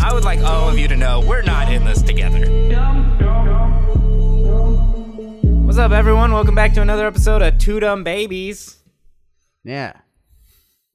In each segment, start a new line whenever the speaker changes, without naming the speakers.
I would like all of you to know we're not in this together. What's up, everyone? Welcome back to another episode of Two Dumb Babies.
Yeah.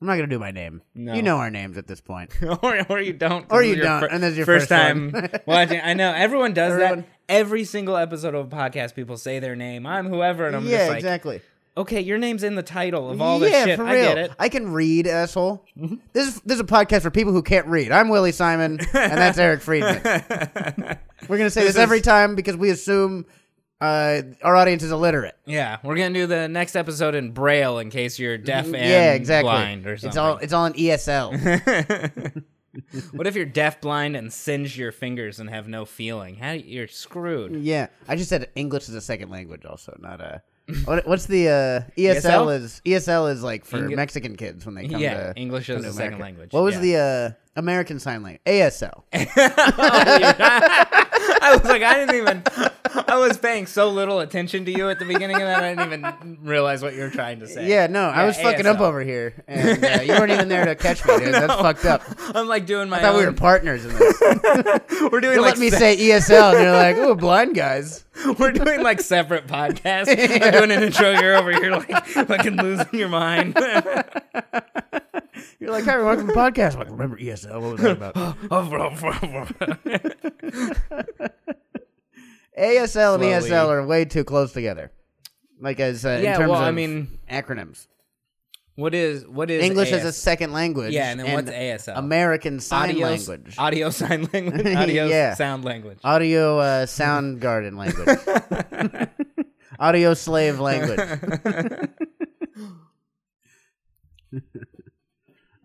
I'm not gonna do my name.
No.
You know our names at this point.
or, or you don't. 'cause
Or
this
you
is your
don't,
fir-
and this is your
first,
first
time
one.
watching. I know everyone does that.
Everyone-
Every single episode of a podcast, people say their name. I'm whoever, and I'm
yeah,
just like,
exactly.
okay, your name's in the title of all this
yeah,
shit.
for real.
I get it. Mm-hmm.
I can read, asshole. This is this is a podcast for people who can't read. I'm Willie Simon, and that's Eric Friedman. We're gonna say this,
is-
every time because we assume uh, our audience is illiterate.
Yeah, we're gonna do the next episode in braille in case you're deaf and
yeah, exactly.
blind or something.
It's all it's all in E ESL.
what if you're deaf, blind, and singe your fingers and have no feeling? How you're screwed.
yeah, I just said English is a second language, also not a. What, what's the uh, ESL,
ESL?
is ESL is like for
Eng-
Mexican kids when they come
Yeah,
to
English
come
is
to
a second
America.
language,
What was
yeah.
the uh, American sign language? ASL.
I was like, I didn't even. I was paying so little attention to you at the beginning of that. I didn't even realize what you were trying to say.
Yeah, no, I
Yeah,
was fucking up
ASL.
over here, and uh, you weren't even there to catch me. Dude. That's fucked up.
I'm like doing my.
I thought we were
own-
partners in this. You
we're doing Um, like
let me
se-
say ESL, and you're like, "Ooh, blind guys."
we're doing like separate podcasts. I'm doing an intro. You're over here like fucking losing your mind.
You're like, "Hi, everyone, welcome to the podcast." I'm like, remember ESL? What was that about? ASL and
Slowly.
ESL are way too close together. Like as uh,
Yeah,
in terms
well,
of
I mean-
acronyms.
what is what is
English
AS?
is a second language.
Yeah, and then what's ASL?
American Sign
audio
Language.
audio sign language, audio
Yeah.
sound language.
Audio uh, sound garden language. Audio slave language.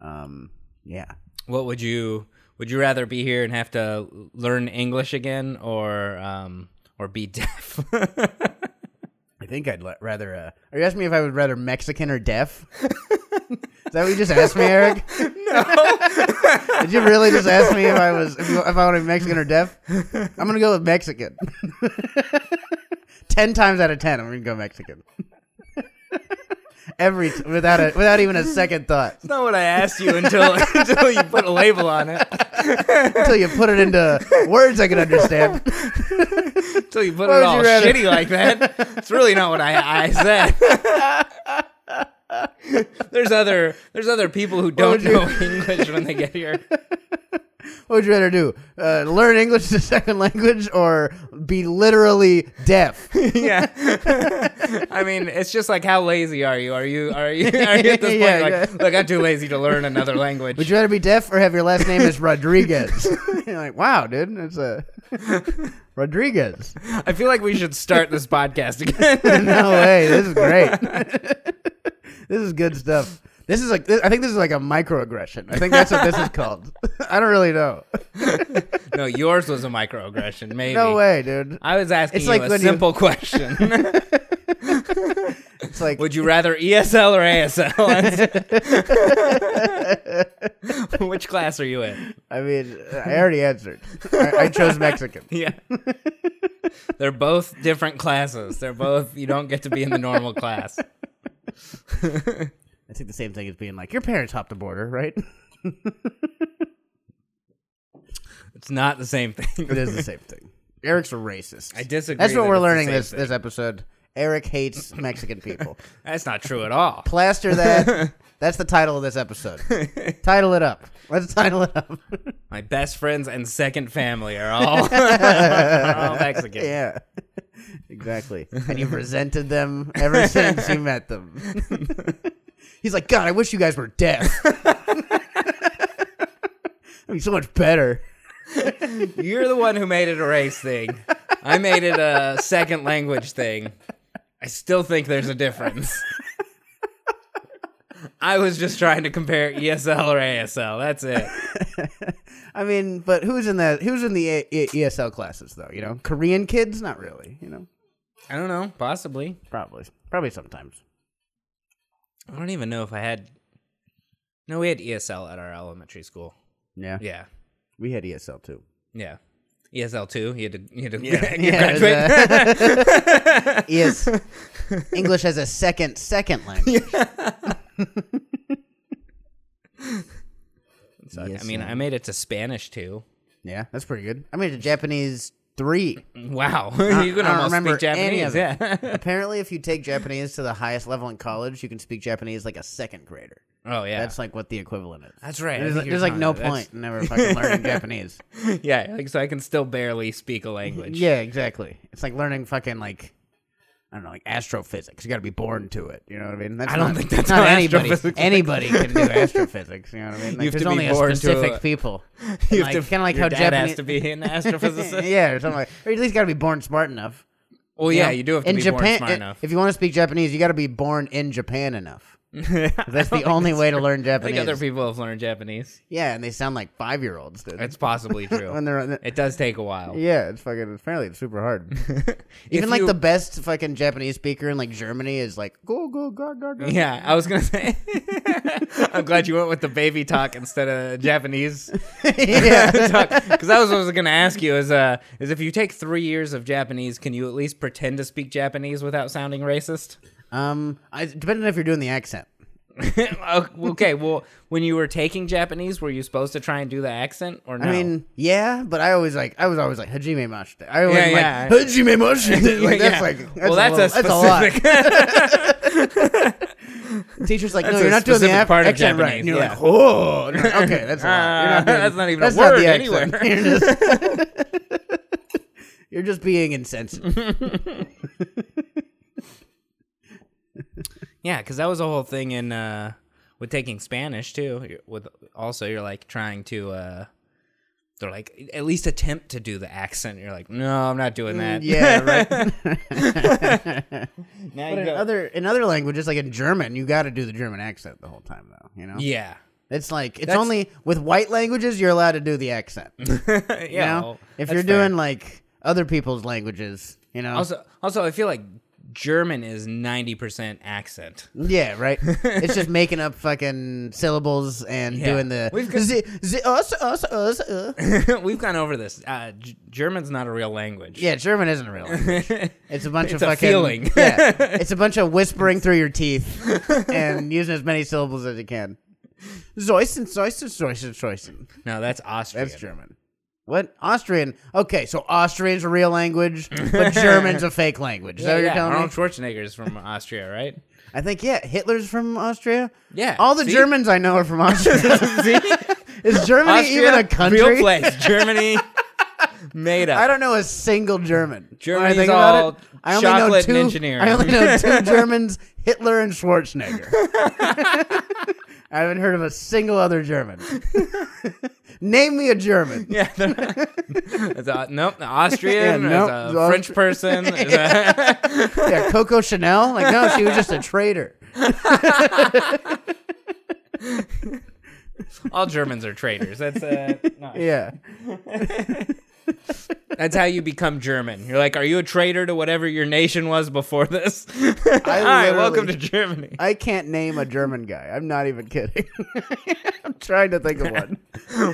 um, yeah.
What would you would you rather be here and have to learn English again, or um, or be deaf?
I think I'd le- rather. Uh, are you asking me if I would rather Mexican or deaf? Is that what you just asked me, Eric? no. Did you really just ask me if I was if, you, if I want to be Mexican or deaf? I'm gonna go with Mexican. ten times out of ten, I'm gonna go Mexican. Every t- without a without even a second thought
That's not what I asked you until until you put a label on it.
until you put it into words I can understand.
Until you put
Why
it
would
all
you rather-
shitty like that. It's really not what I, I said. there's other there's other people who don't
would you-
know English when they get here.
What would you rather do? Uh, learn English as a second language or be literally deaf?
yeah. I mean, it's just like how lazy are you? Are you are you are you at this point
Yeah,
like
yeah.
look, I'm too lazy to learn another language.
Would you rather be deaf or have your last name is Rodriguez? You're like, wow, dude, it's a Rodriguez.
I feel like we should start this podcast again.
No way, this is great. this is good stuff. This is like, I think this is like a microaggression. I think that's what this is called. I don't really know.
no, yours was a microaggression, maybe.
No way, dude.
I was asking
It's
you
like
a
when you-
simple question.
It's like,
Would you rather ESL or ASL? Which class are you in?
I mean, I already answered. I, I chose Mexican.
Yeah. They're both different classes. They're both you don't get to be in the normal class.
I think the same thing as being like, your parents hopped the border, right?
It's not the same thing.
It is the same thing. Eric's a racist.
I disagree
That's
that
what we're
it's the
learning
same
this
thing.
this episode. Eric hates Mexican people.
That's not true at all.
Plaster that. That's the title of this episode. title it up. Let's title it up.
My best friends and second family are all, are all Mexican.
yeah. Exactly. And you've resented them ever since you met them. He's like, God, I wish you guys were deaf. That'd be so much better.
You're the one who made it a race thing. I made it a second language thing. I still think there's a difference. I was just trying to compare ESL or ASL. That's it.
I mean, but who's in the who's in the A- E- ESL classes though? You know, Korean kids, not really. You know,
I don't know. Possibly.
probably, probably sometimes.
I don't even know if I had. No, we had ESL at our elementary school.
Yeah,
Yeah.
we had ESL too.
Yeah. E ESL too. You had to. You had to
Yeah,
graduate.
Yes, English as a second second language.
Suck. I mean,
ESL. E
I made it to Spanish too.
Yeah, that's pretty good. I made a Japanese three.
Wow,
I
you can
don't
almost
remember
speak
any
Japanese.
of
Yeah.
Apparently, if you take Japanese to the highest level in college, you can speak Japanese like a second grader.
oh yeah,
That's like what the equivalent is.
That's right. I
There's,
think you were
there's like
telling
no
me. That's-
point in ever fucking learning Japanese.
yeah. Like so, I can still barely speak a language.
Yeah, exactly. It's like learning fucking like I don't know, like astrophysics. You got to be born to it. You know what I mean? That's
I don't
not-
think that's
not
how
anybody.
astrophysics-
Anybody can do astrophysics. You know what I mean? Like,
You have to
there's
be
only
born to
a specific
a-
people.
You
like,
have to-
kind of like
your
how
dad
Japanese
has to be an astrophysicist.
yeah, or something like. Or you at least got to be born smart enough.
Well,
you
yeah,
know?
you do have to
in
be
Japan,
born smart
i-
enough.
If you want to speak Japanese, you got to be born in Japan enough. That's the only way to learn
I think
Japanese.
other people have learned Japanese.
yeah, and they sound like five year olds.
It's possibly true.
when they're on the-
it does take a while.
yeah, it's fucking. Apparently, it's super hard. Even
If
like
you-
the best fucking Japanese speaker in like Germany is like go go go go go.
Yeah, I was gonna say. I'm glad you went with the baby talk instead of Japanese
yeah.
because that was what I was gonna ask you is uh is if you take three years of Japanese, can you at least pretend to speak Japanese without sounding racist?
um, I, depending on if you're doing the accent.
okay, well, when you were taking Japanese, were you supposed to try and do the accent or no?
I mean, yeah, but I always like I was always like Hajime Mashite. I always
Yeah,
like
yeah.
Hajime Mashite. Like that's
Yeah.
like that's
well, that's a
a, little-
specific.
That's a lot. Teacher's like, no,
that's a
you're not doing the
specific
ac-
part of
accent right.
Japanese,
And you're
yeah.
like, oh, and you're like, okay, that's a lot. You're
Uh,
not doing,
that's not even a
that's
word
the
anywhere.
accent. You're just, you're just being insensitive.
Yeah, because that was a whole thing in uh, with taking Spanish too. You're- With also, you're like trying to. Uh, they're like at least attempt to do the accent. You're like, no, I'm not doing that.
Mm, yeah, right.
now
But
you
in
go.
other in other languages, like in German, you got to do the German accent the whole time, though. You know,
yeah,
it's like it's
That's-
only with white languages you're allowed to do the accent. You
yeah.
know,
well,
if
that's
you're
fair.
doing like other people's languages, you know,
also, also, I feel like German is ninety percent accent.
yeah, right. it's just making up fucking syllables and
Yeah.
doing the
We've got-
z- z- us, us, us, uh.
We've gone over this. Uh, G- German's not a real language.
Yeah, German isn't real. language. It's a bunch
It's
of
a
fucking
feeling.
yeah, it's a bunch of whispering through your teeth and using as many syllables as you can. Zeusen, Zeusen, Zeusen, Zeusen.
No, that's Austrian.
That's German. What Austrian? Okay, so Austrian's a real language, but German's a fake language. Is that
Yeah,
what you're
yeah,
telling
Arnold
me?
Schwarzenegger's from Austria, right?
I think yeah. Hitler's from Austria.
Yeah,
All the
see?
Germans I know are from Austria.
See?
Is Germany even a country?
Real place. Germany made up.
I don't know a single German. When I
Germany's
think about
all
it, I only know
chocolate
two,
and engineering.
I only know two Germans: Hitler and Schwarzenegger. I haven't heard of a single other German. Name me a German.
Yeah. they're- it's a, nope. an Austrian.
Yeah,
there's
nope,
a
it's
French
Aust-
person. there's a-
Yeah, Coco Chanel. Like, no, she was just a traitor.
all Germans are traitors. That's uh, no.
Yeah,
that's how you become German. You're like, are you a traitor to whatever your nation was before this? Hi, welcome to
literally-
Germany.
I can't name a German guy. I'm not even kidding. I'm trying to think of one.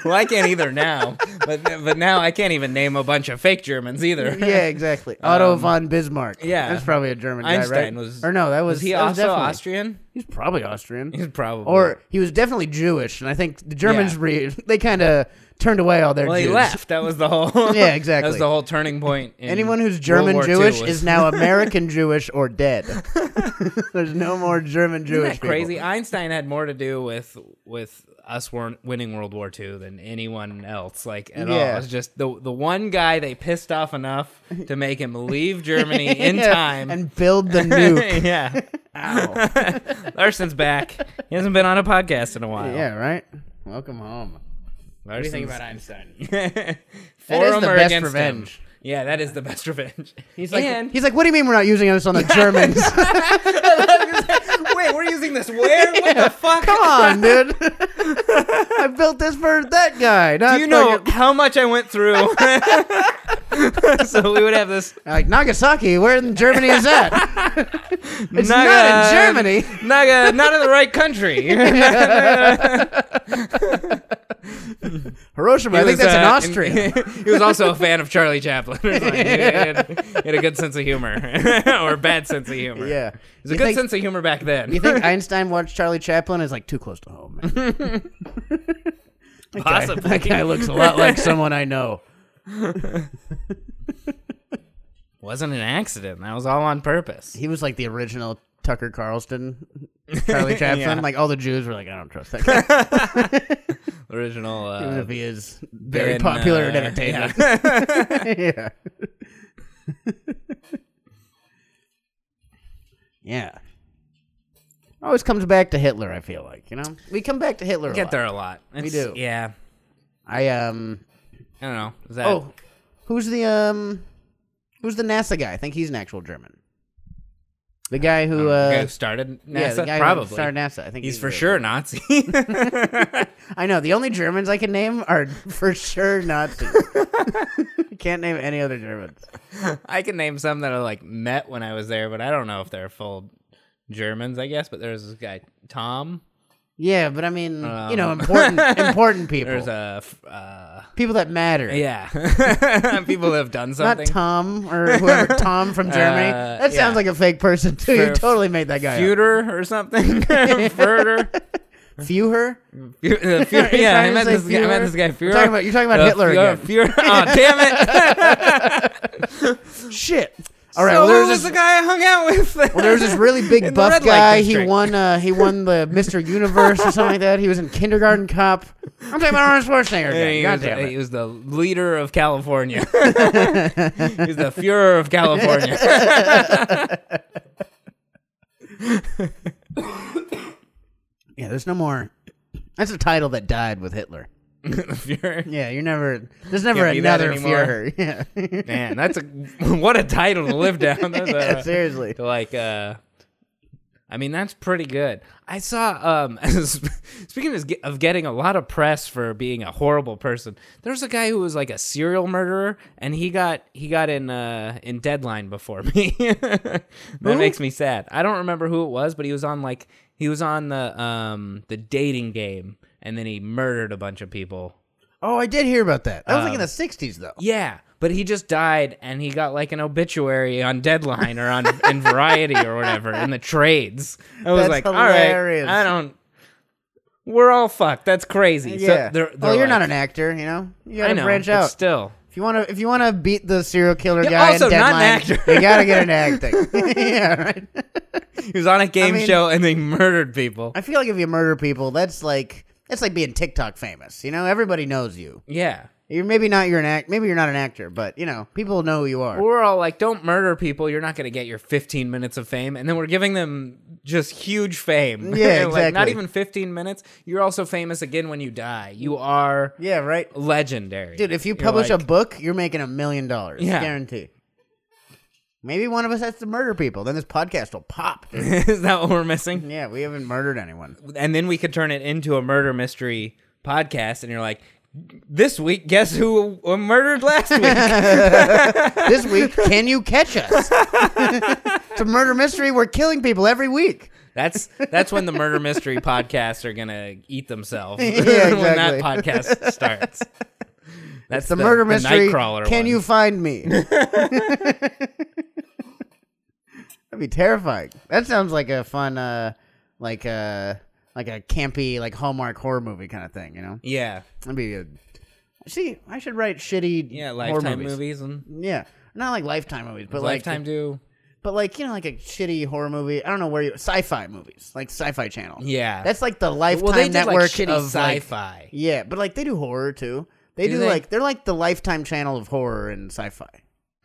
well, I can't either now, but but now I can't even name a bunch of fake Germans either.
Yeah, exactly. Otto von Bismarch.
Um, yeah.
that's probably a German guy, right?
Einstein was-
or no, that was,
Was he
that was
also
definitely-
Austrian?
He's probably Austrian.
He's probably
or he was definitely Jewish, and I think the Germans
Yeah.
re- they kind of turned away all their
Well,
Jews.
he left. That was the whole.
Yeah, exactly.
That was the whole turning point. in
Anyone who's
World
German
War II
Jewish
was-
is now American Jewish or dead. There's no more German
Isn't
Jewish
that crazy. Einstein had more to do with with us weren't winning World War II than anyone else, like at all. It
Yeah.
was just the the one guy they pissed off enough to make him leave Germany
people.
in
Yeah,
time.
and build the nuke.
yeah,
Ow.
Larson's back. He hasn't been on a podcast in a while.
yeah, right. Welcome home.
What do you think about
Einstein?
it?
That is the best revenge.
Yeah, that is the best revenge.
He's like,
and
he's like, what do you mean we're not using this on the Germans?
wait, we're using this where? What the fuck?
Come on, dude. I built this for that guy. Not
Do you know
fucking-
how much I went through? so we would have this
Like Nagasaki, where in Germany is that? it's
Naga-
not in Germany.
Naga, not in the right country. I
Hiroshima. I think that's in Austria.
he uh, was also a fan of Charlie Chaplin. It's like, he, had, he had a good sense of humor or a bad sense of humor.
yeah.
It was a
You
good
think-
sense of humor back then.
You think Einstein watched Charlie Chaplin is like too close to home? man.
Possibly.
That guy looks a lot like someone I know.
Wasn't an accident. That was all on purpose.
He was like the original Tucker Carlston, Charlie Chaplin.
Yeah.
Like all the Jews were like, I don't trust that guy,
Original.
even
Uh,
if he is very
been,
popular
uh,
in entertainment. Yeah. yeah. Always comes back to Hitler. I feel like you know we come back to Hitler. a
we get
lot.
there a lot. It's-
do.
Yeah.
I um.
I don't know. Is that
Oh, who's the um? Who's the NASA guy? I think he's an actual German. The guy who
the
uh,
guy who started NASA?
yeah, the guy
Probably.
who started NASA. I think
He's for
German.
sure Nazi.
I know the only Germans I can name are for sure Nazis. Can't name any other Germans.
I can name some that I like met when I was there, but I don't know if they're full Germans, I guess. But there's this guy, Tom.
Yeah, but I mean, you know,
Um.
important important people,
There's a, f- uh,
people that matter.
yeah. People have done
Not
something.
Tom or whoever Tom from Germany.
Uh,
that sounds
yeah.
like a fake person too.
For-
you totally made that guy. Up.
Feuder or something. Feuder.
Feuer.
Fu- uh, Fu-
you
yeah, I
trying to
met,
say
this guy, I met
Fuhrer?
this guy,
You're
Fuhrer.
talking about, you're talking about
Uh,
Hitler
Fuhrer-
again.
Fuhrer- Oh, damn it.
Shit. All right.
so
well,
who
there's
was
this,
the guy I hung out with?
Well, there was this really
In
big
the
buff
red light
guy. He
district.
won. Uh, he won the Mr. Universe or something like that. He was in Kindergarten Cop. I'm talking about Arnold Schwarzenegger.
And
Again.
he,
God
was,
damn
he
it.
was the leader of California. He's the Fuhrer of California.
Yeah, there's no more. That's a title that died with Hitler.
the Fuhrer.
Yeah, you're never. There's never
Can't be that
another
anymore.
Fuhrer. Yeah.
Man, that's a what a title to live down. That's
yeah,
a-
seriously.
to like uh I mean that's pretty good. I saw um speaking of, ge- of getting a lot of press for being a horrible person. There's a guy who was like a serial murderer and he got he got in uh in deadline before me. that makes me sad. I don't remember who it was, but he was on like he was on the um the dating game and then he murdered a bunch of people.
Oh, I did hear about that. That was
Um,
like in the '60s, though.
Yeah, but he just died, and he got like an obituary on Deadline or on in Variety or whatever in the trades. I was
That's
like,
hilarious.
all right, I don't. We're all fucked. That's crazy.
Yeah.
So they're,
well,
they're
you're not
like-
an actor, you know. You
I
gotta
know,
branch
but
out.
Still,
if you wanna, if you wanna beat the serial killer
Yeah,
guy, in
also not an
deadline,
actor.
you gotta get an acting. yeah, right.
he was on a game
mean-
show and they murdered people.
I feel like if you murder people, that's like that's like being TikTok famous. You know, everybody knows you.
yeah,
You're maybe not you're an act, maybe you're not an actor, but you know, people know who you are.
we're all like, don't murder people. You're not going to get your 15 minutes of fame. And then we're giving them just huge fame.
Yeah,
like, not
exactly.
even 15 minutes. You're also famous again when you die. You are
yeah, right,
legendary,
dude. If you
You're
publish
like-
a book, you're making a million dollars,
Yeah.
guarantee. Maybe one of us has to murder people, then this podcast will pop. dude.
Is that what we're missing?
yeah, we haven't murdered anyone.
And then we could turn it into a murder mystery podcast, and you're like, this week, guess who was murdered last week?
This week, can you catch us? it's a murder mystery. We're killing people every week.
that's that's when the murder mystery podcasts are gonna eat themselves.
Yeah,
when that
exactly.
podcast starts. That's
The, murder mystery.
Nightcrawler
can
one.
you find me? That'd be terrifying. That sounds like a fun, uh, like a like a campy, like Hallmark horror movie kind of thing. You know,
Yeah,
that'd be good. See, I should write shitty,
yeah,
horror
lifetime
movies.
movies and
Yeah, not like lifetime movies, but
lifetime
like,
do.
but like you know, like a shitty horror movie. I don't know where you sci-fi movies, like Sci-Fi Channel.
Yeah,
That's like the Lifetime
well, they did
network
like shitty
of like-
sci-fi.
yeah, but like they do horror too. They
Do
do,
they?
like they're like the Lifetime channel of horror and sci-fi.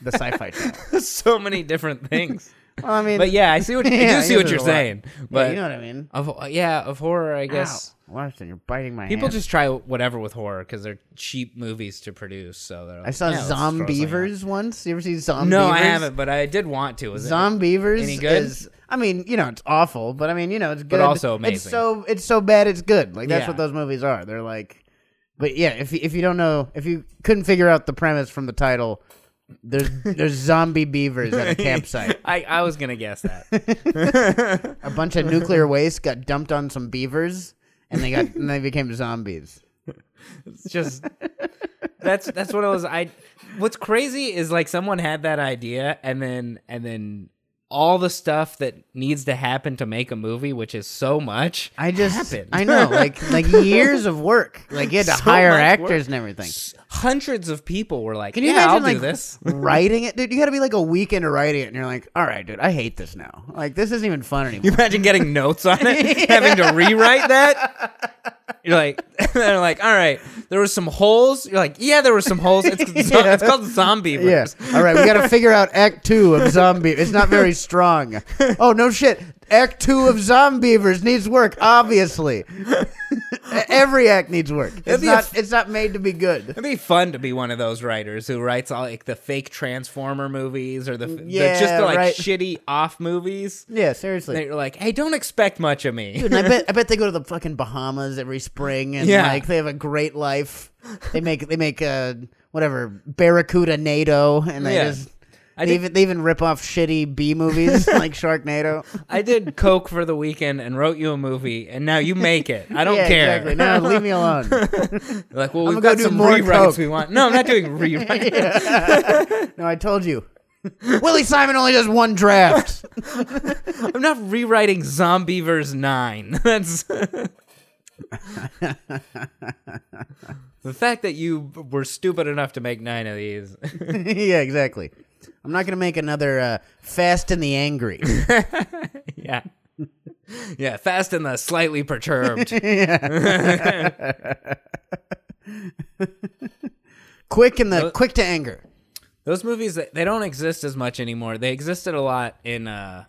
the sci-fi channel.
so many different things.
Well, I mean,
But yeah, I see what I
Yeah,
do see what
there's
you're
a lot.
saying. But
you know what I mean.
of yeah of horror, I guess.
Ow, Washington, you're biting my
People
hand.
just try whatever with horror because they're cheap movies to produce. So they're like,
I saw
"Yeah, let's throw something out."
Zombievers once. You ever see Zombievers?
No, I haven't, but I did want to. Is it-
Zombievers
Any good?
is. I mean, you know, it's awful, but I mean, you know, it's good.
also
It's
amazing.
so it's so bad, it's good. Like that's
Yeah.
what those movies are. They're like, but yeah, if you- if you don't know, if you couldn't figure out the premise from the title, there's there's zombie beavers at a campsite.
I, I was gonna guess that.
A bunch of nuclear waste got dumped on some beavers, and they got and they became zombies.
It's just that's that's one of those. I what's crazy is like someone had that idea and then and then all the stuff that needs to happen to make a movie, which is so much.
I just
happened.
I know, like like years of work. Like you had to
So
hire
much
actors
work.
and everything.
Hundreds of people were like,
Can you
"Yeah,
imagine
I'll
like
do this."
writing it, dude? You got to be like a weekend to writing it, and you're like, all right, dude, I hate this now. Like this isn't even fun
You
anymore.
imagine getting notes on it, having to rewrite that. You're like, they're like, all right, there was some holes. You're like, yeah, there were some holes. It's, zo- it's called zombie.
Yeah.
verse.
All right, we got to figure out Act Two of Zombie. It's not very strong. Oh no, shit. Act Two of Zombievers needs work. Obviously, E-, every act needs work. It's
be a
not.
f-
it's not made to be good.
It'd be fun to be one of those writers who writes all like the fake Transformer movies or the, the- just
Yeah,
the like
right.
shitty off movies.
Yeah, seriously.
They're like, hey, don't expect much of me.
Dude, and I bet I bet they go to the fucking Bahamas every spring and
Yeah.
like they have a great life. They make they make uh whatever Barracuda NATO and they
Yeah.
just
I
they
did-
even they even rip off shitty B movies like Sharknado.
I did coke for the weekend and wrote you a movie, and now you make it. I don't
yeah,
care.
Exactly. No, leave me alone.
Like, well,
I'm
we've
gonna go
got
do
some
more
rewrites
coke.
we want. No, I'm not doing rewrites.
No, I told you. Willie Simon only does one draft.
I'm not rewriting Zombievers 9. That's. the fact that you were stupid enough to make nine of these.
yeah, exactly. I'm not gonna make another uh, Fast and the Angry.
yeah. Yeah, fast and the slightly perturbed.
quick and the quick to anger.
those movies they, they don't exist as much anymore they existed a lot in uh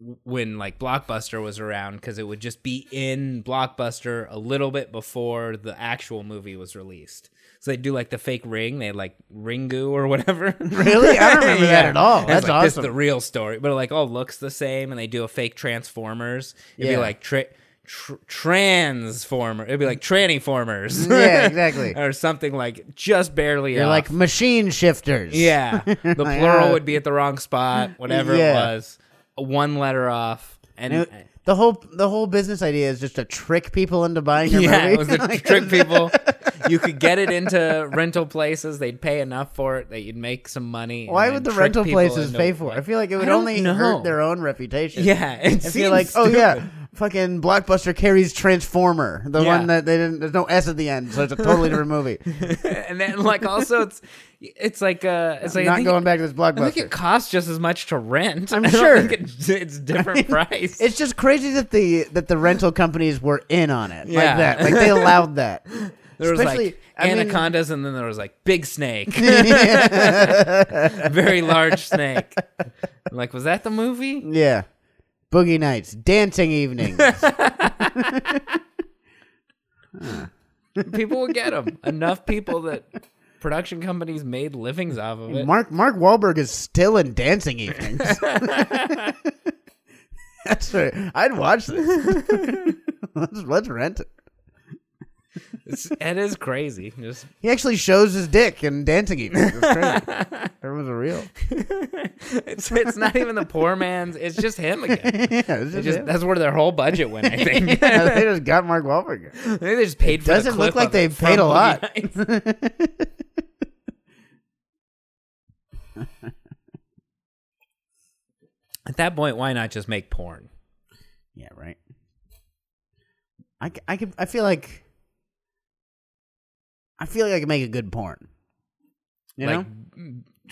w- when like blockbuster was around because it would just be in blockbuster a little bit before the actual movie was released so they'd do like the fake ring they had like ringu or whatever
Really? I don't remember that
Yeah.
at all.
And it's
That's
like, This is
awesome.
the real story, but it, like all looks the same, and they do a fake Transformers. It'd
Yeah.
be like tra- tr- Transformer. It'd be like Trannyformers.
Yeah, exactly.
or something like just barely.
They're
off.
like machine shifters.
Yeah. The
Like,
plural
uh,
would be at the wrong spot, whatever
Yeah.
it was. One letter off. And
It- the whole the whole business idea is just to trick people into buying your
yeah,
movie.
it was to
Like,
trick people. You could get it into rental places. They'd pay enough for it that you'd make some money. and
why
then
would the
trick
rental
people
places
into-
pay for it? I feel like it would
don't
only
know.
hurt their own reputation.
Yeah, it
If
seems
you're like, oh
stupid.
yeah, fucking Blockbuster carries Transformer, the
Yeah.
one that they didn't. There's no S at the end, so it's a totally different movie.
and then like also it's it's like uh it's like I
Not
think-
going back to this
I think
Blockbuster.
it costs just as much to rent.
I'm
I don't
sure.
think it- it's different price.
It's just crazy that the that the rental companies were in on it
Yeah.
like that. Like they allowed that.
There was
Especially-
like
I mean-
anacondas, and then there was like big snake, very large snake. Like, was that the movie?
Yeah. Boogie nights, dancing evenings.
People would get them. Enough people that production companies made livings off of it.
Mark Mark Wahlberg is still in Dancing Evenings. That's right. I'd watch this. let's, let's rent it.
It's, it is crazy. Just
He actually shows his dick in Dancing Evenings. It's crazy. Everyone's a real.
it's it's not even the poor man's. It's just him again.
Yeah, it's
It just
just him.
that's where their whole budget went. I think
Yeah, they just got Mark Wahlberg.
Maybe they just paid for.
Doesn't
the
look
clip of
like they
it from
paid a
Boogie
lot.
Nights. At that point, why not just make porn?
Yeah, right. I, c- I, could, I feel like I feel like I could make a good porn. You know?
like,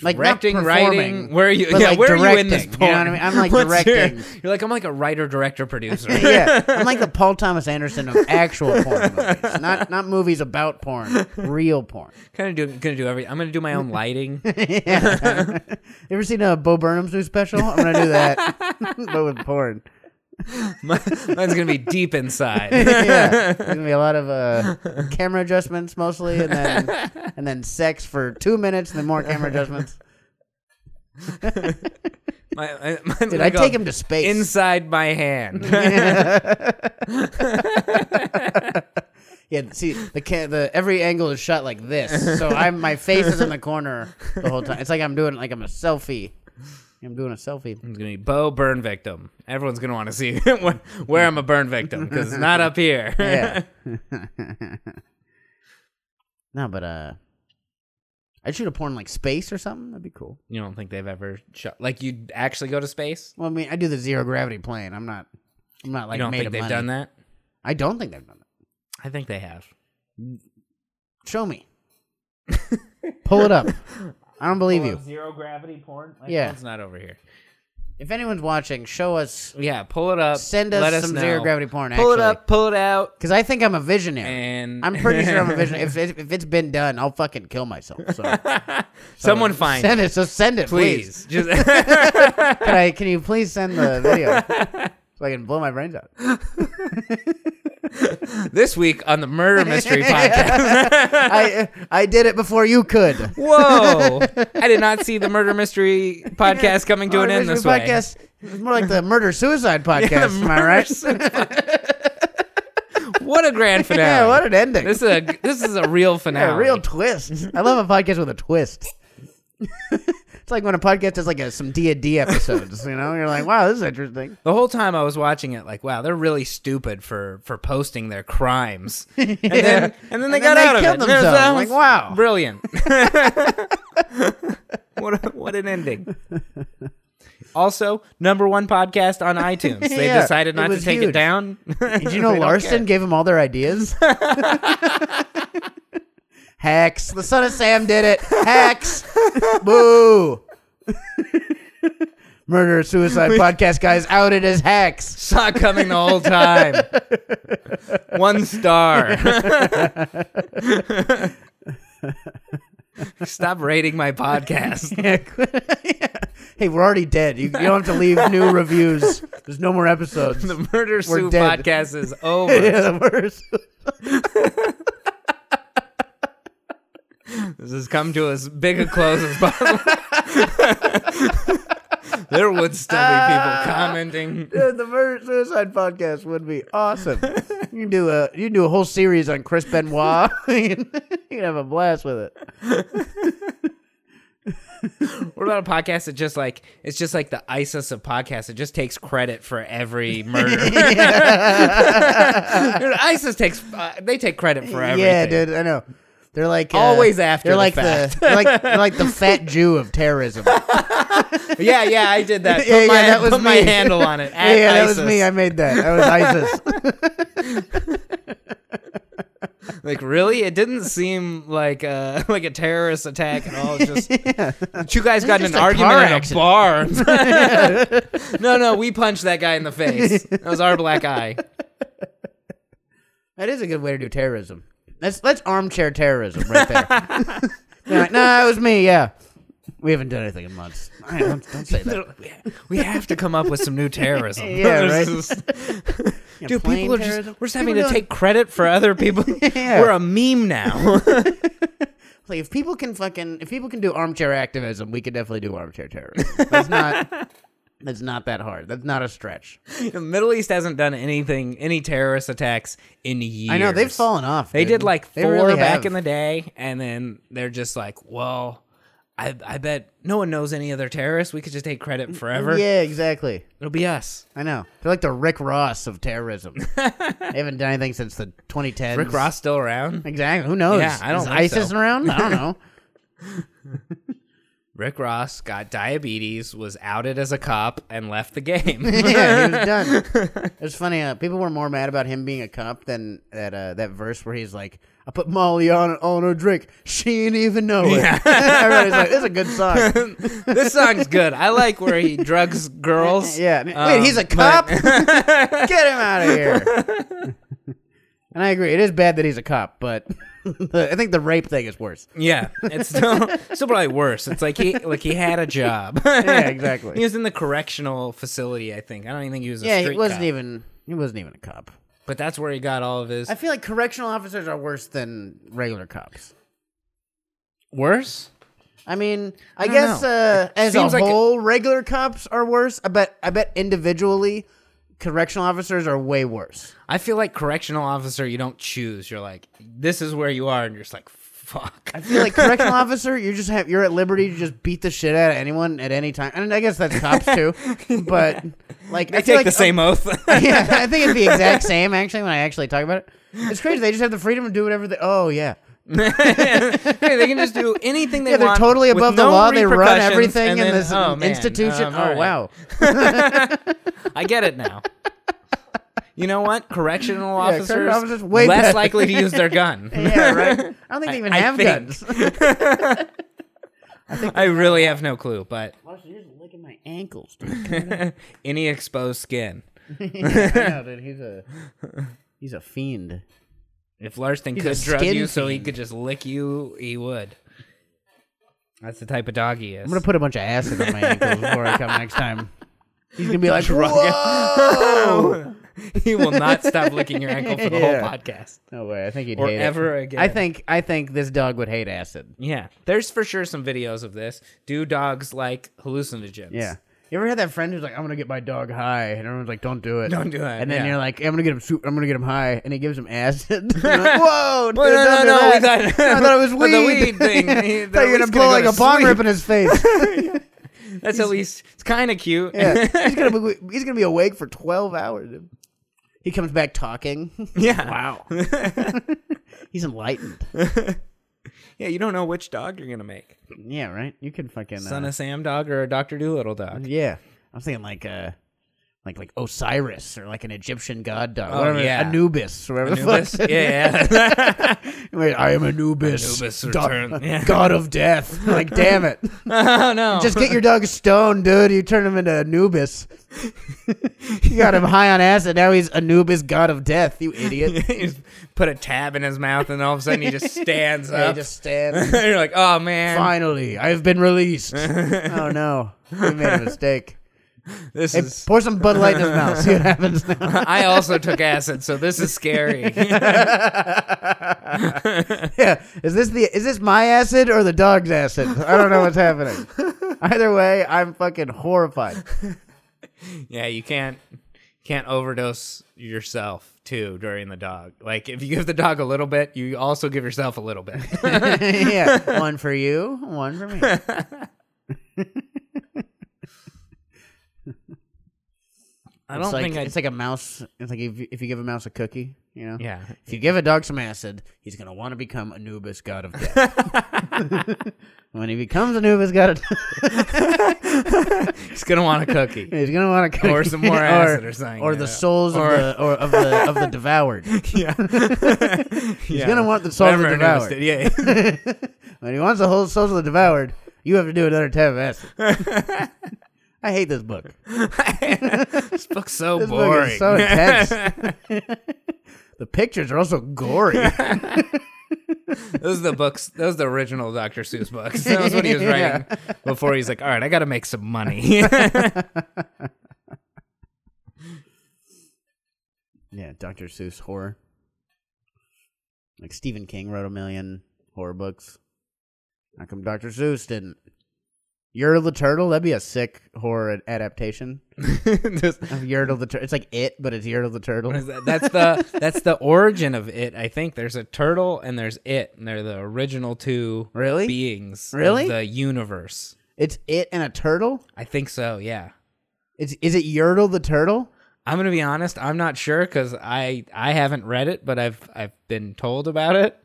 Like, not
directing,
performing,
writing. Where are you?
but,
yeah,
like,
where are you in this
directing,
porn?
you know what I mean? I'm, like,
What's your-
directing.
you're like I'm like a writer, director, producer.
yeah, I'm like the Paul Thomas Anderson of actual porn movies, not not movies about porn, real porn.
kind of do, gonna do every. I'm gonna do my own lighting.
Yeah. you ever seen a Bo Burnham's new special? I'm gonna do that, but with porn.
Mine- Mine's gonna be deep inside.
Yeah, there's gonna be a lot of uh, camera adjustments mostly, and then and then sex for two minutes, and then more camera adjustments.
My, mine's gonna
Dude, I
go
take him to space.
inside my hand.
yeah, see the ca- the every angle is shot like this, so I'm my face is in the corner the whole time. It's like I'm doing like I'm a selfie. I'm doing a selfie.
It's gonna be Bo burn victim. Everyone's gonna want to see where, where I'm a burn victim because it's not up here.
Yeah. no, but uh, I'd shoot a porn like space or something. That'd be cool.
You don't think they've ever shot like you'd actually go to space?
Well, I mean, I do the zero gravity plane. I'm not. I'm not like
you don't
made
think
of
they've
money.
done that?
I don't think they've done that.
I think they have.
Show me. Pull it up. I don't believe you.
Zero gravity porn. My
Yeah.
phone's not over here.
If anyone's watching, show us.
Yeah, pull it up.
Send us
let
some
know.
zero gravity porn.
Pull it
actually.
up. Pull it out.
Because I think I'm a visionary.
And
I'm pretty sure I'm a visionary. If, it, if it's been done, I'll fucking kill myself. So
Someone find
send it. So send it,
it,
please.
please. Just
Can I? Can you please send the video so I can blow my brains out?
this week on the Murder Mystery Podcast.
I I did it before you could.
Whoa! I did not see the Murder Mystery Podcast coming to an end
Mystery
this way.
podcast. It's more like the murder suicide podcast.
Yeah,
am I right?
what a grand finale!
Yeah, what an ending.
this is a this is a real finale.
Yeah, a real twist. I love a podcast with a twist. it's like when a podcast has like a, some D and D episodes. You know, you're like, wow, this is interesting.
the whole time I was watching it, like, wow, they're really stupid for for posting their crimes, and then and then they
And then
got
they
out
killed
of it. There's- that
themselves. Like,
was
wow.
brilliant! what a, what an ending. Also, number one podcast on iTunes. They
Yeah,
decided
it
not to
was
take it
huge.
down.
Did you know Larson gave him all their ideas? Hex, the son of Sam did it. Hex, boo. Murder suicide podcast guys outed as Hex.
Saw it coming the whole time. One star. Stop rating my podcast.
Yeah, hey, we're already dead. You, you don't have to leave new reviews. There's no more episodes.
The Murder Sue
dead.
podcast is over.
yeah, the worst.
This has come to as big a close as possible. there would still be people commenting.
Dude, the murder suicide podcast would be awesome. You can do a you can do a whole series on Chris Benoit. you can have a blast with it.
What about a podcast that just like it's just like the ISIS of podcasts? It just takes credit for every murder. Dude, ISIS takes uh, they take credit for everything.
Yeah, dude, I know. They're like uh,
Always after
They're
the
like
fact.
they're like they're like the fat Jew of terrorism. yeah,
Yeah, yeah, I did that. Put
Yeah, yeah,
my,
that was
put my
me.
handle on it. At
yeah, that was
ISIS.
me. I made that. That was ISIS.
Like really, it didn't seem like a like a terrorist attack at all. It's Just two guys got in
just
an
a car
argument in a
accident.
bar. no, no, we punched that guy in the face. That was our black eye.
that is a good way to do terrorism. That's that's armchair terrorism right there. They're like, no, nah, it was me. Yeah, we haven't done anything in months. I don't, don't say that.
We have to come up with some new terrorism.
Yeah, right.
This is-
Yeah,
Dude,
plain
people are
terrorism.
just, we're just having
People
to
don't-
take credit for other people.
Yeah.
We're a meme now.
Like if people can fucking if people can do armchair activism, we can definitely do armchair terrorism. That's not that's not that hard. That's not a stretch.
the Middle East hasn't done anything, any terrorist attacks in years.
I know they've fallen off.
They
dude.
did like
They
four
really
back
have.
in the day, and then they're just like, well, I, I bet no one knows any other terrorists. We could just take credit forever.
Yeah, exactly.
It'll be us.
I know. They're like the Rick Ross of terrorism. they haven't done anything since the 2010s.
Rick Ross still around?
Exactly. Who knows?
Yeah, I don't
Is
think
ISIS
so.
around? I don't know.
Rick Ross got diabetes, was outed as a cop, and left the game.
yeah, he was done. It was funny. Uh, people were more mad about him being a cop than that uh, that verse where he's like, "I put Molly on on her drink. She ain't even know it."
Yeah.
Everybody's like, "This is a good song."
this song's good. I like where he drugs girls.
Yeah. Wait,
Um,
he's a
but-
cop? Get him out of here. and I agree. It is bad that he's a cop, but I think the rape thing is worse.
yeah, it's still, still probably worse. It's like he like he had a job.
Yeah, exactly.
he was in the correctional facility. I think I don't even think he was. A
yeah,
street
he wasn't
cop.
even he wasn't even a cop.
But that's where he got all of his
I feel like correctional officers are worse than regular cops.
worse.
I mean, I,
don't
guess
know.
uh, as
seems
a
like-
whole, regular cops are worse. I bet. I bet individually, correctional officers are way worse.
I feel like correctional officer. You don't choose. You're like this is where you are, and you're just like fuck.
I feel like correctional officer, you just have you're at liberty to just beat the shit out of anyone at any time. And I guess that's cops too, but like
They
I
take
feel like,
the same oath.
yeah, I think it's the exact same actually. When I actually talk about it, it's crazy. They just have the freedom to do whatever they. Oh yeah,
hey, they can just do anything they
Yeah, they're
want
totally
with
above the
no
law. They run
repercussions,
everything
and
in
then-
this
oh, man, um,
institution. oh
all right.
wow,
I get it now. You know what? Correctional
Yeah,
officers,
correctional officers, way
less
better.
likely to use their gun.
yeah, right. I don't think they even
I
have
think.
guns.
I really have no clue, but
You're just licking my ankles, dude.
any exposed skin.
I know, dude. He's a he's a fiend.
If Larson
He's a
could drug you
skin
so he
fiend.
could just lick you, he would. That's the type of dog he is.
I'm gonna put a bunch of acid on my ankles before I come next time. He's gonna be like, "Whoa!"
he will not stop licking your ankle for the
Yeah.
whole podcast.
No way. I think he'd
Or
hate
ever
it.
again.
I think I think this dog would hate acid.
Yeah. There's for sure some videos of this. Do dogs like hallucinogens?
Yeah. You ever had that friend who's like, "I'm gonna get my dog high," and everyone's like, "Don't do it,
Don't do it,
And then
yeah.
you're like, "I'm gonna get him, su- I'm gonna get him high," and he gives him acid. You're like, Whoa!
Well, no,
don't
no,
do
no, we
that."
thought-
I thought it was
but the
weed.
weed thing,
I
he-
thought you were
the
gonna
weed's
blow
gonna
like
go
a
to
bong
sleep.
rip in his face.
That's at least it's kind of cute.
Yeah. he's gonna be, he's gonna be awake for twelve hours. dude. He comes back talking.
Yeah.
wow, he's enlightened.
Yeah, you don't know which dog you're gonna make.
Yeah, right. You can fucking
Son
uh,
of Sam dog or a Doctor Doolittle dog.
yeah. I was thinking like uh, like like Osiris or like an Egyptian god dog.
Oh,
whatever,
yeah.
Anubis, whatever
Anubis?
the fuck.
Yeah, yeah.
Wait, I am Anubis.
Anubis
do-
return, yeah.
God of death. Like, damn it.
oh no.
Just get your dog stoned, dude. You turn him into Anubis. you got him high on acid. Now he's Anubis, God of death. You idiot.
You just put a tab in his mouth, and all of a sudden he just stands
Yeah, he
up.
just stands.
You're like, oh man,
Finally, I've been released. oh no, we made a mistake.
this
Hey,
is.
pour some Bud Light in his mouth. See what happens now.
I also took acid, so this is scary.
yeah. Is this the is this my acid or the dog's acid? I don't know what's happening. Either way, I'm fucking horrified.
yeah, you can't can't overdose yourself too during the dog. Like if you give the dog a little bit, you also give yourself a little bit.
yeah. One for you, one for me.
I don't
it's like,
think I.
it's like a mouse. It's like if you, if you give a mouse a cookie, you know.
yeah,
If you give a dog some acid, he's gonna want to become Anubis, god of death. when he becomes Anubis, god of death,
he's gonna want a cookie.
he's gonna want to
Or some more acid or something,
or
yeah.
the souls
Or-
of the or of the of the devoured. He's
Yeah. He's
gonna want the souls of the devoured.
Yeah.
When he wants the whole souls of the devoured, you have to do another tab of acid. I hate this book.
this book's so
This
boring.
book is so intense. the pictures are also gory.
those are the books. Those are the original Dr. Seuss books. That was what he was
Yeah.
writing before he's like, all right, I got to make some money.
yeah, Dr. Seuss horror. Like Stephen King wrote a million horror books. How come Dr. Seuss didn't? Yertle the Turtle, that'd be a sick horror ad- adaptation
Just-
of Yertle the Turtle. It's like it, but it's Yertle the Turtle.
what is that? That's the that's the origin of it. I think there's a turtle and there's it, and they're the original two
Really?
beings of
Really?
the universe.
It's it and a turtle?
I think so. Yeah.
It's is it Yertle the Turtle?
I'm gonna be honest. I'm not sure because I I haven't read it, but I've I've been told about it.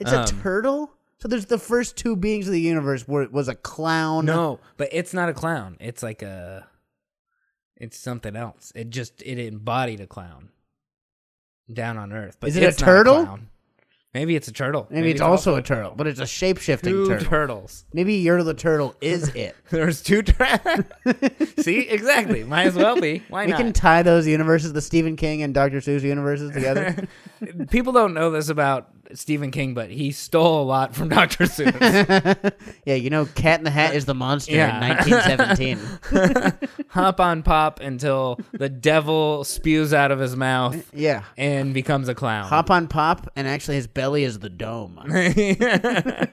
It's
Um,
a turtle? So there's the first two beings of the universe where it was a clown.
No, but it's not a clown. It's like a, it's something else. It just it embodied a clown down on Earth. But
Is it a
it's not
turtle?
clown. Maybe it's a turtle.
Maybe, it's, also a turtle, but it's a shape shifting
two
turtle.
turtles.
Maybe Yertle the Turtle is it.
There's two turtles. See, exactly. Might as well be. Why
we
not?
can tie those universes, the Stephen King and Dr. Seuss universes together.
People don't know this about Stephen King, but he stole a lot from Dr. Seuss.
yeah, you know, Cat in the Hat is the monster
Yeah.
in 1917.
Hop on pop until the devil spews out of his mouth
yeah.
and becomes a clown.
Hop on Pop, and actually his belly is the dome.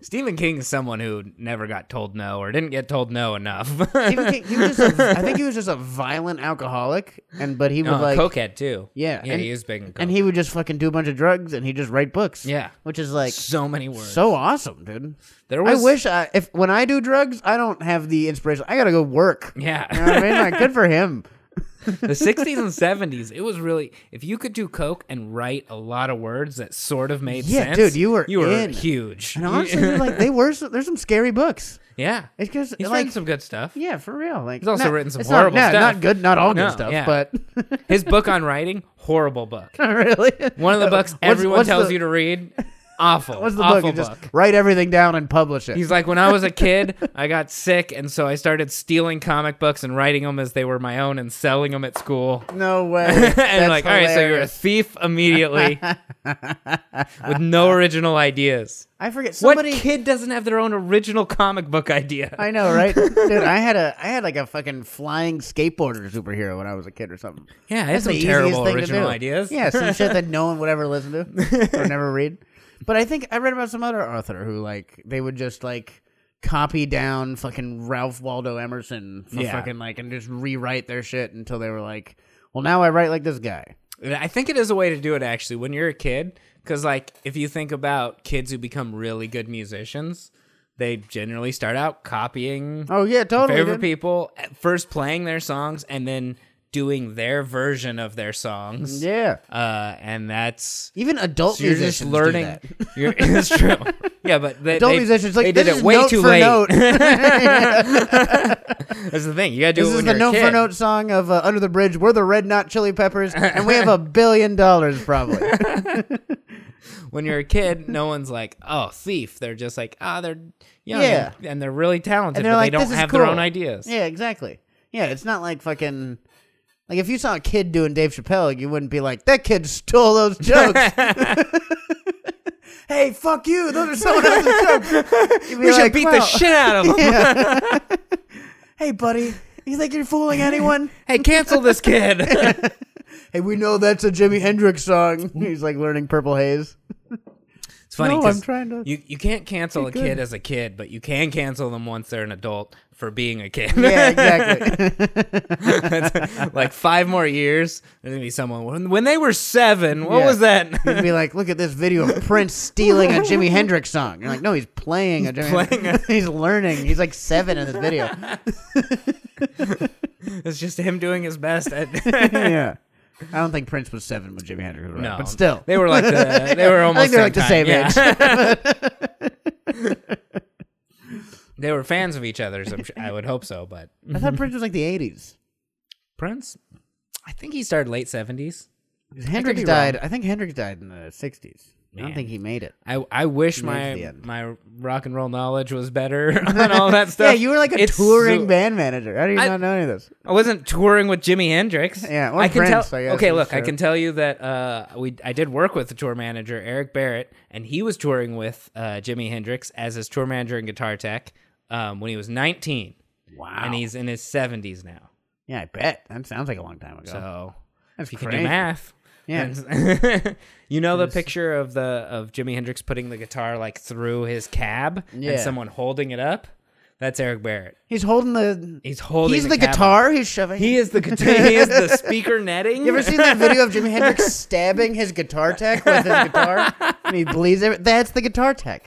Stephen King is someone who never got told no or didn't get told no enough.
Stephen King, he was just a, I think he was just a violent alcoholic, and but he would
Uh,
like,
cokehead too.
Yeah,
yeah,
and-
he is big and,
and he would just fucking do a bunch of drugs, and he'd just write books.
Yeah.
which is like
so many words.
so awesome, dude.
there was,
I wish I if when I do drugs, I don't have the inspiration. I gotta go work.
Yeah,
You know what I mean? Like, good for him.
The 60s and 70s, it was really if you could do coke and write a lot of words that sort of made
Yeah,
sense.
dude, you were
you were
in.
huge.
And honestly, dude, like they were some, there's some scary books.
yeah,
It's because
he's
like
written some good stuff.
yeah, for real. Like
He's also written some
it's
horrible
not, yeah,
stuff.
Not good, not all good
No,
stuff,
yeah.
but
His book on writing, horrible book.
really,
One of the books everyone tells
the,
you to read, awful.
What's the
awful
book? You just write everything down and publish it.
He's like, when I was a kid, I got sick, and so I started stealing comic books and writing them as they were my own and selling them at school.
no way.
and like, all right, so you're a thief immediately with no original ideas.
I forget somebody.
what kid doesn't have their own original comic book idea?
I know, right, dude? I had a I had like a fucking flying skateboarder superhero when I was a kid or something.
yeah, I had
That's the
some
easiest
terrible
thing to
original
do.
ideas.
Yeah, some shit that no one would ever listen to or never read. But I think I read about some other author who like they would just like copy down fucking Ralph Waldo Emerson for
Yeah.
fucking like and just rewrite their shit until they were like, well, now I write like this guy.
I think it is a way to do it actually when you're a kid. Because, like, if you think about kids who become really good musicians, they generally start out copying
Oh yeah, totally.
favorite
dude.
people at first playing their songs and then doing their version of their songs.
Yeah,
Uh, and that's
even adult
so you're just
musicians do
learning.
that.
You're, it's true. Yeah, but they,
Adult
they,
musicians like
they did
this
it
is
way
note
too
for
late.
note.
That's the thing. You gotta do
This
it
is
when
the
you're a
note
kid.
for note song of uh, Under the Bridge. We're the Red Knot Chili Peppers, and we have a billion dollars probably.
When you're a kid, no one's like, "Oh, thief." They're just like, "Ah, they're young
Yeah.
and, and they're really talented,
And they're
but
like,
they don't
"This is
have their
cool."
own ideas."
yeah, exactly. Yeah, it's not like fucking. Like if you saw a kid doing Dave Chappelle, you wouldn't be like, "That kid stole those jokes." hey, fuck you! Those are someone else's jokes. You'd be
We should
like,
beat the
"Well,
shit out of them.
Hey, buddy, you think you're fooling anyone?
Hey, cancel this kid.
hey, we know that's a Jimi Hendrix song. He's like learning Purple Haze.
It's funny.
No,
'cause
I'm trying to
You you can't cancel a
good.
kid as a kid, but you can cancel them once they're an adult for being a kid.
Yeah, exactly.
like five more years, there's gonna be someone when, when they were seven. What
Yeah.
was that?
You'd be like, look at this video of Prince stealing a Jimi Hendrix song. You're like, no, he's playing a Jimi
playing
Hendrix. he's learning. He's like seven in this video.
it's just him doing his best. At,
yeah. I don't think Prince was seven when Jimi Hendrix was around,
no,
but still.
they were like the, they were
I think
almost
they're like the same
time.
age.
Yeah. they were fans of each other's. I'm sure, I would hope so, but
I thought Prince was like the 80s.
Prince, I think he started late seventies.
'Cause Hendrix
be
died. I think Hendrix died in the 60s. I
Man.
don't think he made it.
I, I wish
Needs the
my
end.
my rock and roll knowledge was better on all that stuff.
Yeah, you were like a
It's
touring
so-
band manager. How do you
I-
not know any of this?
I wasn't touring with Jimi Hendrix.
Yeah, or
I can
Prince,
tell.
I guess,
okay,
I'm
look, I
sure.
can tell you that uh, we I did work with the tour manager Eric Barrett, and he was touring with uh, Jimi Hendrix as his tour manager and guitar tech um, when he was 19,
Wow.
and he's in his 70s now.
yeah, I bet. That sounds like a long time ago.
So
That's
if you can
crazy.
do math.
Yeah.
then- you know the picture of the of Jimi Hendrix putting the guitar like through his cab
Yeah.
and someone holding it up. That's Eric Barrett.
He's holding the.
He's holding.
He's the,
cab up.
guitar. He's shoving.
He is the guitar. he is the speaker netting.
You ever seen that video of Jimi Hendrix stabbing his guitar tech with his guitar? And he bleeds every- That's the guitar tech.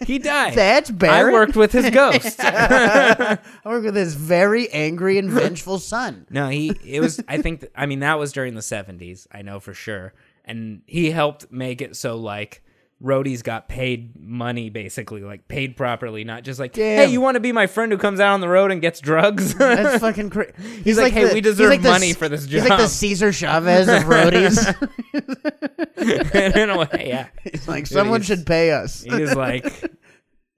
He died.
That's
I
Barrett.
worked with his ghost.
I work with his very angry and vengeful son.
no, he it was I think I mean that was during the 70s, I know for sure. And he helped make it so like roadies got paid money basically, like paid properly, not just like,
Damn.
"Hey, you want to be my friend who comes out on the road and gets drugs?"
That's fucking crazy. He's,
like, "Hey, we
he's
deserve
the
money
C-
for this
He's like the
job."
Caesar Chavez of roadies.
In a way, yeah.
He's like, someone
he's-
should pay us.
He was like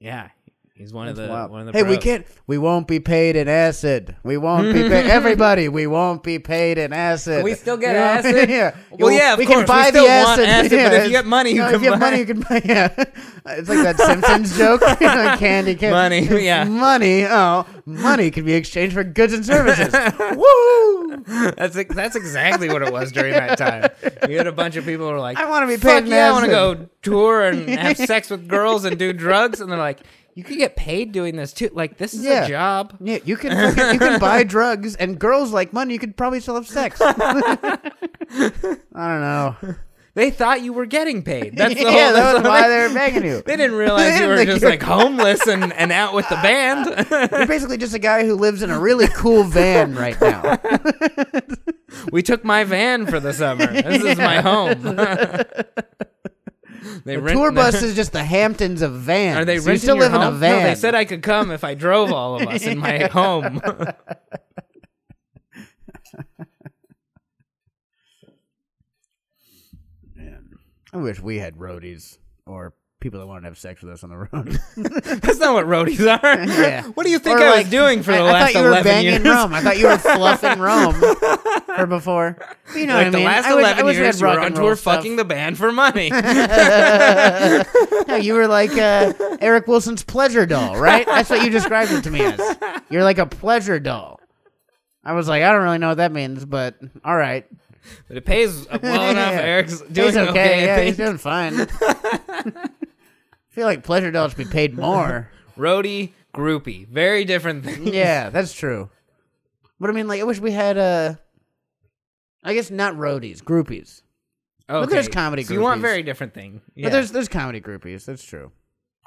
yeah, he's one of the
Wow.
one of the
Hey, we
pros.
can't. We won't be paid in acid. We won't be paid. Everybody, we won't be paid in acid.
We still get
You know?
acid?
yeah.
Well, yeah, of
we
course.
can buy
We still
the
want
acid.
acid, but
Yeah,
if you
it's-
get money, you
no,
can
if you
buy-
have money, you can buy. Yeah, it's like that Simpsons joke, you know, candy can
Money, yeah.
money. Oh, money can be exchanged for goods and services. Woo!
That's ex- that's exactly what it was during that time. You had a bunch of people who were like,
I wanna be
"Fuck
paid in
yeah, I want to
acid."
go tour and have sex with girls and do drugs," and they're like, "You could get paid doing this too. Like this is
Yeah.
a job."
Yeah, you can fucking- you can buy drugs, and girls like money. You could probably still have sex. I don't know.
They thought you were getting paid. That's the
yeah,
whole,
that's,
the whole
why
thing.
they're begging you.
They didn't realize
They
you were
didn't
just
think
like homeless and, and out with the band.
You're basically just a guy who lives in a really cool van right now.
we took my van for the summer. This is my home. they rent,
Tour bus is just the Hamptons of vans.
Are they
you
renting
still
your
live in
home?
a van?
No, they said I could come if I drove all of us in my home.
I wish we had roadies or people that wanted to have sex with us on the road.
That's not what roadies are.
Yeah.
What do you think
Or,
I
like,
was doing for the
I, I
last
thought you were
11
banging
years?
Rome. I thought you were fluffing Rome for before. You know what
Like
I
the
mean?
last
I wish- I
11
wish we had
years, you were
rock
on
and
tour
roll stuff.
fucking the band for money.
No, you were like uh, Eric Wilson's pleasure doll, right? That's what you described it to me as. You're like a pleasure doll. I was like, I don't really know what that means, but all right.
but it pays well enough.
Yeah.
Eric's doing
He's
I
okay. yeah, he's
think.
doing fine. I feel like pleasure dolls should be paid more.
Roadie, groupie. Very different thing.
Yeah, that's true. But I mean, like, I wish we had Uh, I guess not roadies, groupies.
Okay.
there's comedy
So you want
groupies.
very different thing. Yeah.
But there's there's comedy groupies. That's true.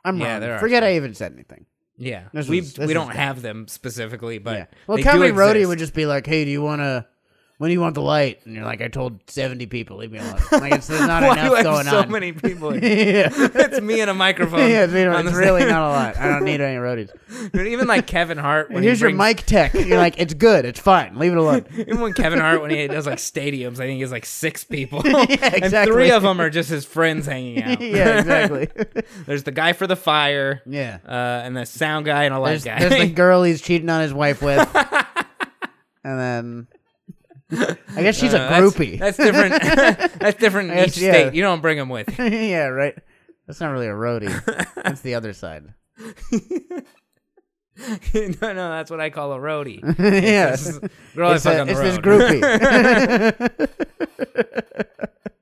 I'm
Yeah,
wrong.
there are
Forget I even said anything.
yeah.
this
we
is- this
we
is
don't
bad.
have them specifically, but
Yeah. Well,
they
comedy
do
roadie
exist.
would just be like, "Hey, do you want to? When do you want the light?" And you're like, "I told seventy people, leave me alone." Like it's there's not
Why
enough
do I have
going
so
on.
many people?
yeah.
it's me and a microphone.
Yeah, you know,
on
it's
the
really
side.
not a lot. I don't need any roadies.
Even like Kevin Hart when
Here's
he brings,
your mic tech. You're like, it's good. It's fine. Leave it alone.
Even when Kevin Hart, when he does like stadiums, I think he's like six people, and
exactly.
three of them are just his friends hanging out.
yeah, exactly.
There's the guy for the fire,
yeah.
uh, and the sound guy and a light
There's,
guy.
there's the girl he's cheating on his wife with, and then I guess she's a
Uh, that's-
groupie.
That's, different. that's different in
That's-
each
yeah.
state. You don't bring them with. you.
yeah, right. That's not really a roadie. That's the other side.
no, no, that's what I call a roadie.
yeah.
This is- girl I
it's
fuck
a-
on the
it's this
road.
groupie.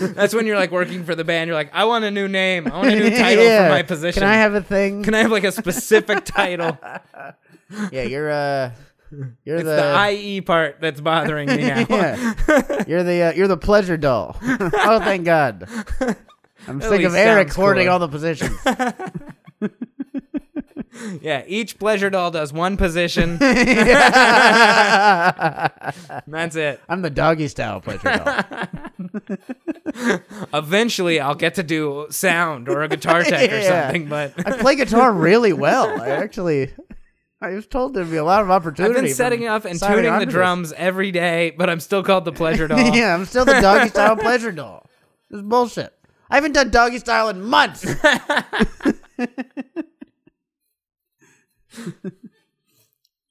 That's when you're like working for the band. You're like, I want a new name. I want a new title
Yeah.
for my position.
Can I have a thing?
Can I have like a specific title?
yeah, you're uh, you're
It's
the,
the IE part that's bothering me now.
yeah. you're the uh, you're the pleasure doll. oh, thank God. I'm
At
sick of
least
Eric
sounds
hoarding
cooler.
all the positions.
Yeah, each pleasure doll does one position. That's it.
I'm the doggy style pleasure doll.
Eventually, I'll get to do sound or a guitar tech or
Yeah.
something, but
I play guitar really well. I actually, I was told there'd be a lot of
I've
opportunity.
been
from
setting up and
signing
tuning
on
the
to this.
drums every day, but I'm still called the pleasure doll.
yeah, I'm still the doggy style pleasure doll. This is bullshit. I haven't done doggy style in months.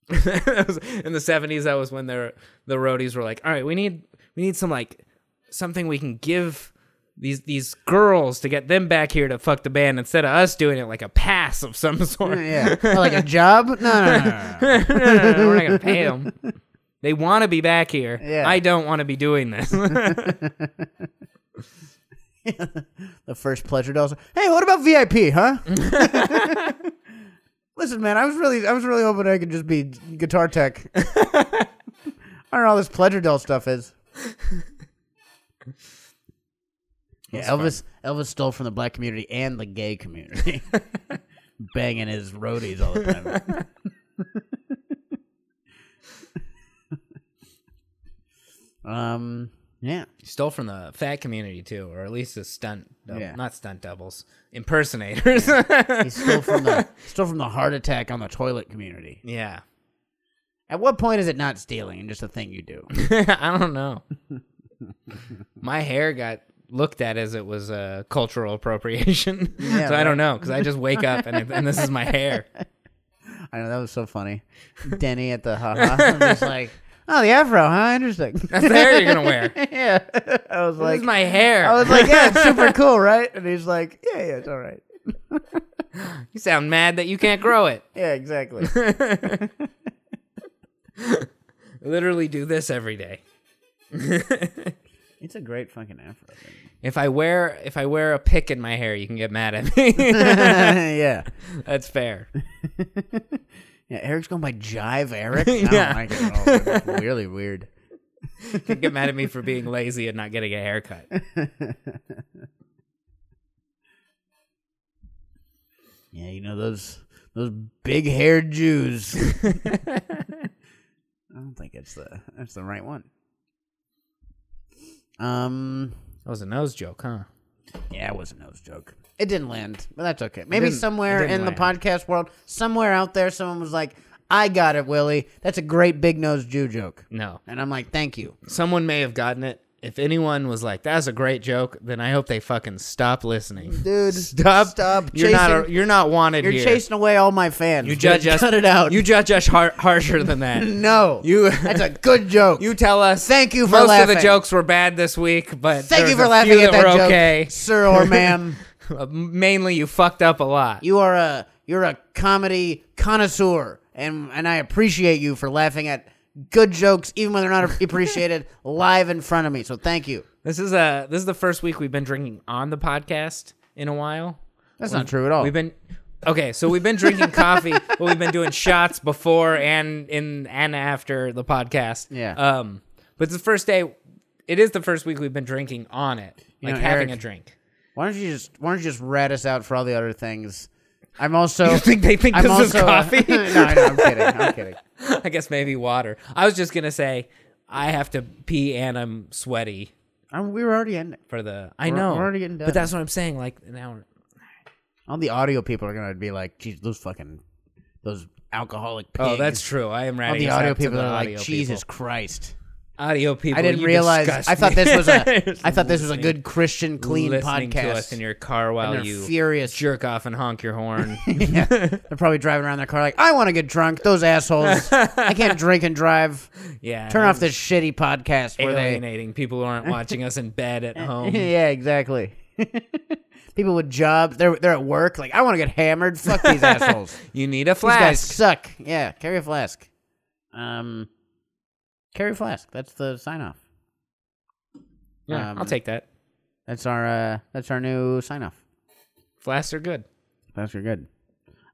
That was- In the 70s, that was when the the roadies were like, "All right, we need we need some like something we can give." These these girls to get them back here to fuck the band instead of us doing it like a pass of some sort.
yeah, Oh, like a job? No, no, no, no. no.
no, no, no, no, we're not gonna pay them. They want to be back here.
Yeah.
I don't want to be doing this.
The first pleasure doll. Hey, what about VIP? Huh? Listen, man, I was really, I was really hoping I could just be guitar tech. I don't know all this pleasure doll stuff is. Yeah, Elvis, Elvis stole from the black community and the gay community, banging his roadies all the time. um, yeah.
Stole from the fat community too, or at least the stunt, dou-
Yeah.
not stunt doubles, impersonators.
He stole from the stole from the heart attack on the toilet community.
yeah,
At what point is it not stealing and just a thing you do?
I don't know. My hair got looked at as it was a cultural appropriation, so I don't know because I just wake up and, it, and this is my hair.
I know that was so funny. Denny at the haha. I'm just like, oh, the afro, huh? Interesting.
That's the hair you're gonna wear.
yeah. I was
This
like,
is my hair.
I was like, yeah, it's super cool, right? And he's like, yeah, yeah, it's all right.
you sound mad that you can't grow it.
Yeah, exactly.
Literally do this every day.
it's a great fucking afro. Thing.
If I wear if I wear a pick in my hair, you can get mad at me.
yeah.
That's fair.
Yeah, Eric's going by Jive Eric. Oh
Yeah.
yeah. I don't like it at all. It's really weird.
could get mad at me for being lazy and not getting a haircut.
Yeah, you know those those big haired Jews. I don't think it's the that's the right one. Um
That was a nose joke, huh?
yeah, it was a nose joke. It didn't land, but that's okay. Maybe
didn't-
somewhere
it didn't
in the podcast world, somewhere out there someone was like, I got it, Willie. That's a great big nose Jew joke.
No.
And I'm like, thank you.
Someone may have gotten it. If anyone was like, "That's a great joke," then I hope they fucking stop listening.
Dude,
Stop.
stop
You're not. A, you're not wanted
You're
here.
chasing away all my fans.
you judge us.
Cut it out.
You judge us har- harsher than that.
no.
You-
That's a good joke.
you tell us.
Thank you for
most
laughing.
of the jokes were bad this week, but
Thank
there was
you for
a
laughing
few
at that
were
joke,
okay.
sir or ma'am.
Mainly, you fucked up a lot.
You are a you're a comedy connoisseur, and and I appreciate you for laughing at good jokes, even when they're not appreciated live in front of me. So thank you.
This is a this is the first week we've been drinking on the podcast in a while.
That's not true at all.
We've been okay, so we've been drinking coffee, but we've been doing shots before and in and after the podcast.
Yeah.
Um, but it's the first day. It is the first week we've been drinking on it, like
know,
having
Eric-
a drink.
why don't you just why don't you just rat us out for all the other things? I'm also.
You think they think
I'm
this
also
is coffee?
no, no, I'm kidding. I'm kidding.
I guess maybe water. I was just gonna say I have to pee and I'm sweaty
Um, we were already ending.
for the. I
We're-
know
we're already getting done.
but that's what I'm saying. Like an hour.
All the audio people are gonna be like, "Geez, those fucking those alcoholic." Pigs.
Oh, that's true. I am
All
ratting
the
us
audio
out to
people
the
are like,
audio
"Jesus
people.
Christ."
audio people."
I didn't
you
realize.
disgust
I thought
me.
this was a. I thought this was a good Christian clean
listening
podcast.
to us in your car while
they're
you
furious.
jerk off and honk your horn.
Yeah. They're probably driving around their car like, I want to get drunk. Those assholes. I can't drink and drive.
yeah,
Turn
and
off this shitty podcast where they.
alienating people who aren't watching us in bed at home.
yeah, exactly. People with jobs, they're they're at work. Like, I want to get hammered. Fuck these assholes. These
You need a
guys
flask.
suck. Yeah, carry a flask. Um, carry a flask. That's the sign off.
Yeah,
um,
I'll take that.
That's our uh, that's our new sign off.
Flasks are good.
Flasks are good.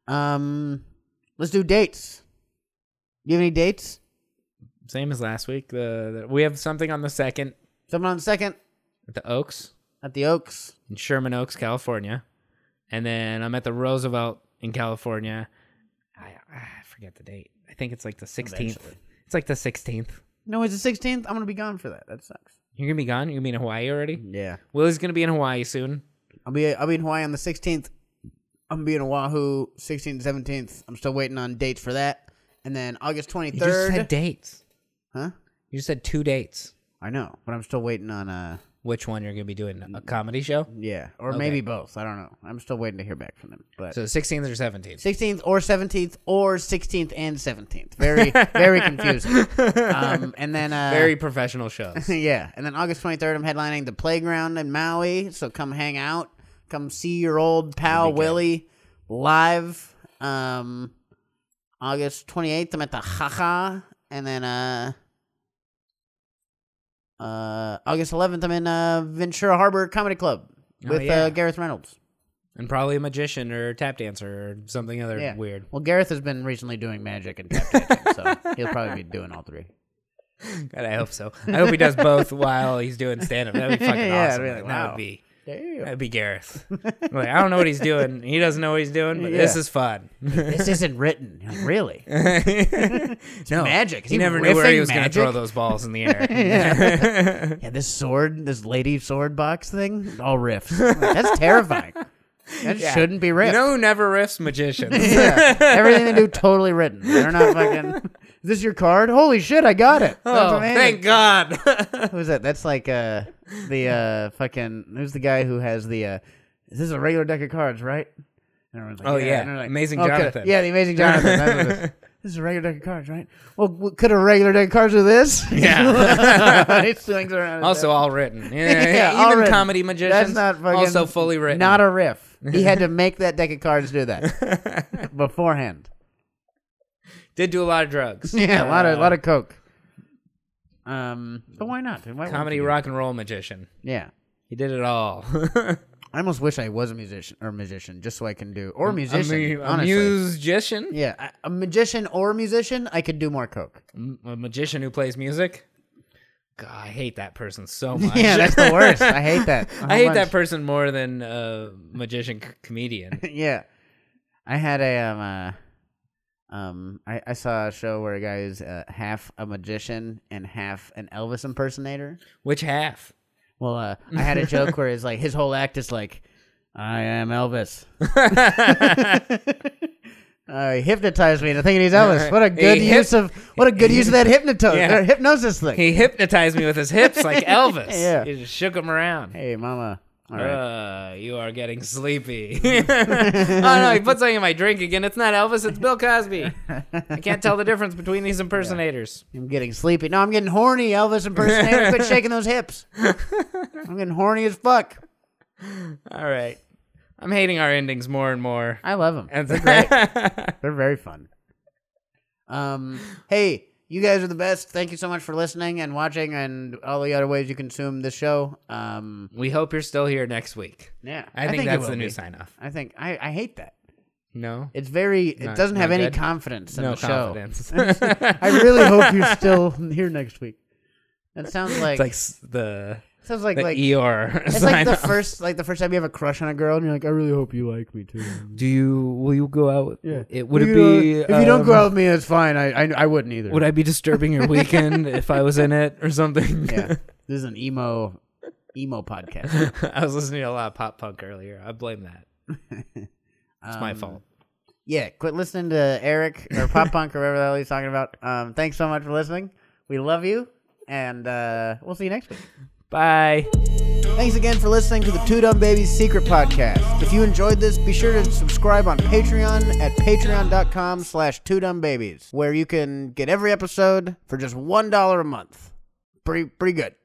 Um, let's do dates. You have any dates?
Same as last week. The, the- we have something on the second
Someone on the second
at the Oaks
at the Oaks.
in Sherman Oaks, California, and then I'm at the Roosevelt in California. I, I forget the date. I think it's like the 16th. It's like the 16th.
No, it's the 16th. I'm going to be gone for that. That sucks.
You're gonna be gone. You're gonna be in Hawaii already.
Yeah.
Willie's gonna be in Hawaii soon.
I'll be I'll be in Hawaii on the 16th. I'm going to be in Oahu 16th, 17th. I'm still waiting on dates for that. And then August
You just said
23rd.
dates.
Huh?
You just said two dates.
I know, but I'm still waiting on uh
Which one you're gonna be doing? A comedy show?
yeah, or maybe both. I don't know. I'm still waiting to hear back from them. But
So 16th or 17th?
16th or 17th or 16th and 17th. Very very confusing. Um and then uh
Very professional shows.
yeah, and then August 23rd, I'm headlining the playground in Maui. So come hang out, come see your old pal Willie live. Um, August 28th, I'm at the Haha, and then uh, uh, August 11th, I'm in uh, Ventura Harbor Comedy Club with
Oh, yeah.
uh, Gareth Reynolds.
and probably a magician or tap dancer or something other
Yeah,
weird.
Well, Gareth has been recently doing magic and tap dancing, so he'll probably be doing all three.
God, I hope so. I hope he does both while he's doing stand up. That'd be fucking
Yeah,
awesome.
really,
Like, That
wow.
would be.
Damn.
That'd be Gareth. like, I don't know what he's doing. He doesn't know what he's doing, but this
Yeah.
is fun.
This isn't written. Like, really?
no,
magic. Is
He
he
never knew where he
riffing
was going to
magic?
throw those balls in the air.
Yeah, this sword, this lady sword box thing, all riffs. That's terrifying. That
Yeah.
shouldn't be
you
riffed.
know who never riffs? Magicians.
Yeah. Everything they do totally written. They're not fucking. Is this your card? Holy shit! I got it. That's
oh,
amazing.
thank God.
Who's that? That's like uh, the uh, fucking. Who's the guy who has the? Uh, is this a regular deck of cards, right? And everyone's like,
Oh, yeah.
And they're like,
Amazing
"Oh, coulda-
Jonathan."
Yeah, the amazing Jonathan. That's what it is. This is a regular deck of cards, right? Well, w- could a regular deck of cards do this?
Yeah.
he swings around. his
Also, all written. Yeah,
Yeah,
yeah,
all
even
written.
comedy magicians.
That's not fucking
also fully written.
Not a riff. He had to make that deck of cards do that beforehand.
Did do a lot of drugs.
Yeah, a lot of a
Uh,
lot of coke. Um, but why not? Why wouldn't
Uh, comedy
you?
rock and roll magician.
Yeah,
He did it all.
I almost wish I was a musician or musician just so I can do or musician.
a, mu- a
honestly,
musician,
yeah, I- a magician or musician, I could do more coke.
M- a magician who plays music. God, I hate that person so much.
Yeah, that's the worst. I hate that.
I hate that person more than uh, magician c- comedian.
yeah. I had a um uh, um I, I saw a show where a guy is uh, half a magician and half an Elvis impersonator.
Which half?
Well, uh, I had a joke where it's like his whole act is like, "I am Elvis." Uh, he hypnotized me into thinking he's Elvis. What a good
He hyp-
use of what a good use of that hypnoto-
Yeah.
or hypnosis thing.
he hypnotized me with his hips like Elvis.
Yeah.
He just shook him around.
hey, mama. All right.
Uh, you are getting sleepy. oh no, he put something in my drink again. It's not Elvis, it's Bill Cosby. I can't tell the difference between these impersonators.
I'm getting sleepy. No, I'm getting horny, Elvis impersonator. Quit shaking those hips. I'm getting horny as fuck.
All right. I'm hating our endings more and more.
I love them.
And they're great.
They're very fun. Um, hey, you guys are the best. Thank you so much for listening and watching and all the other ways you consume this show. Um,
we hope you're still here next week.
yeah,
I, think,
it
that's
will
the new
be.
sign off.
I think I, I hate that.
No?
It's very. It
Not-
doesn't have
not
any
good?
confidence in
no
the show.
confidence.
I really hope you're still here next week. That sounds
it's
like,
like s- the,
sounds like
the
like
ER.
it's like the first like the first time you have a crush on a girl and you're like, I really hope you like me too.
Do you will you go out? With,
Yeah.
It would
If
it
you-
be
if you don't go
um,
out with me, it's fine. I I, I wouldn't either.
Would I be disturbing your weekend if I was in it or something?
yeah, this is an emo emo podcast.
I was listening to a lot of pop punk earlier. I blame that. It's my
Um,
fault.
Yeah, quit listening to Eric or Pop Punk or whatever the hell he's talking about. Um, thanks so much for listening. We love you, and uh, we'll see you next week.
Bye.
Thanks again for listening to the Two Dumb Babies Secret Podcast. If you enjoyed this, be sure to subscribe on Patreon at patreon.com slash two dumb babies, where you can get every episode for just $1 a month. Pretty, pretty good.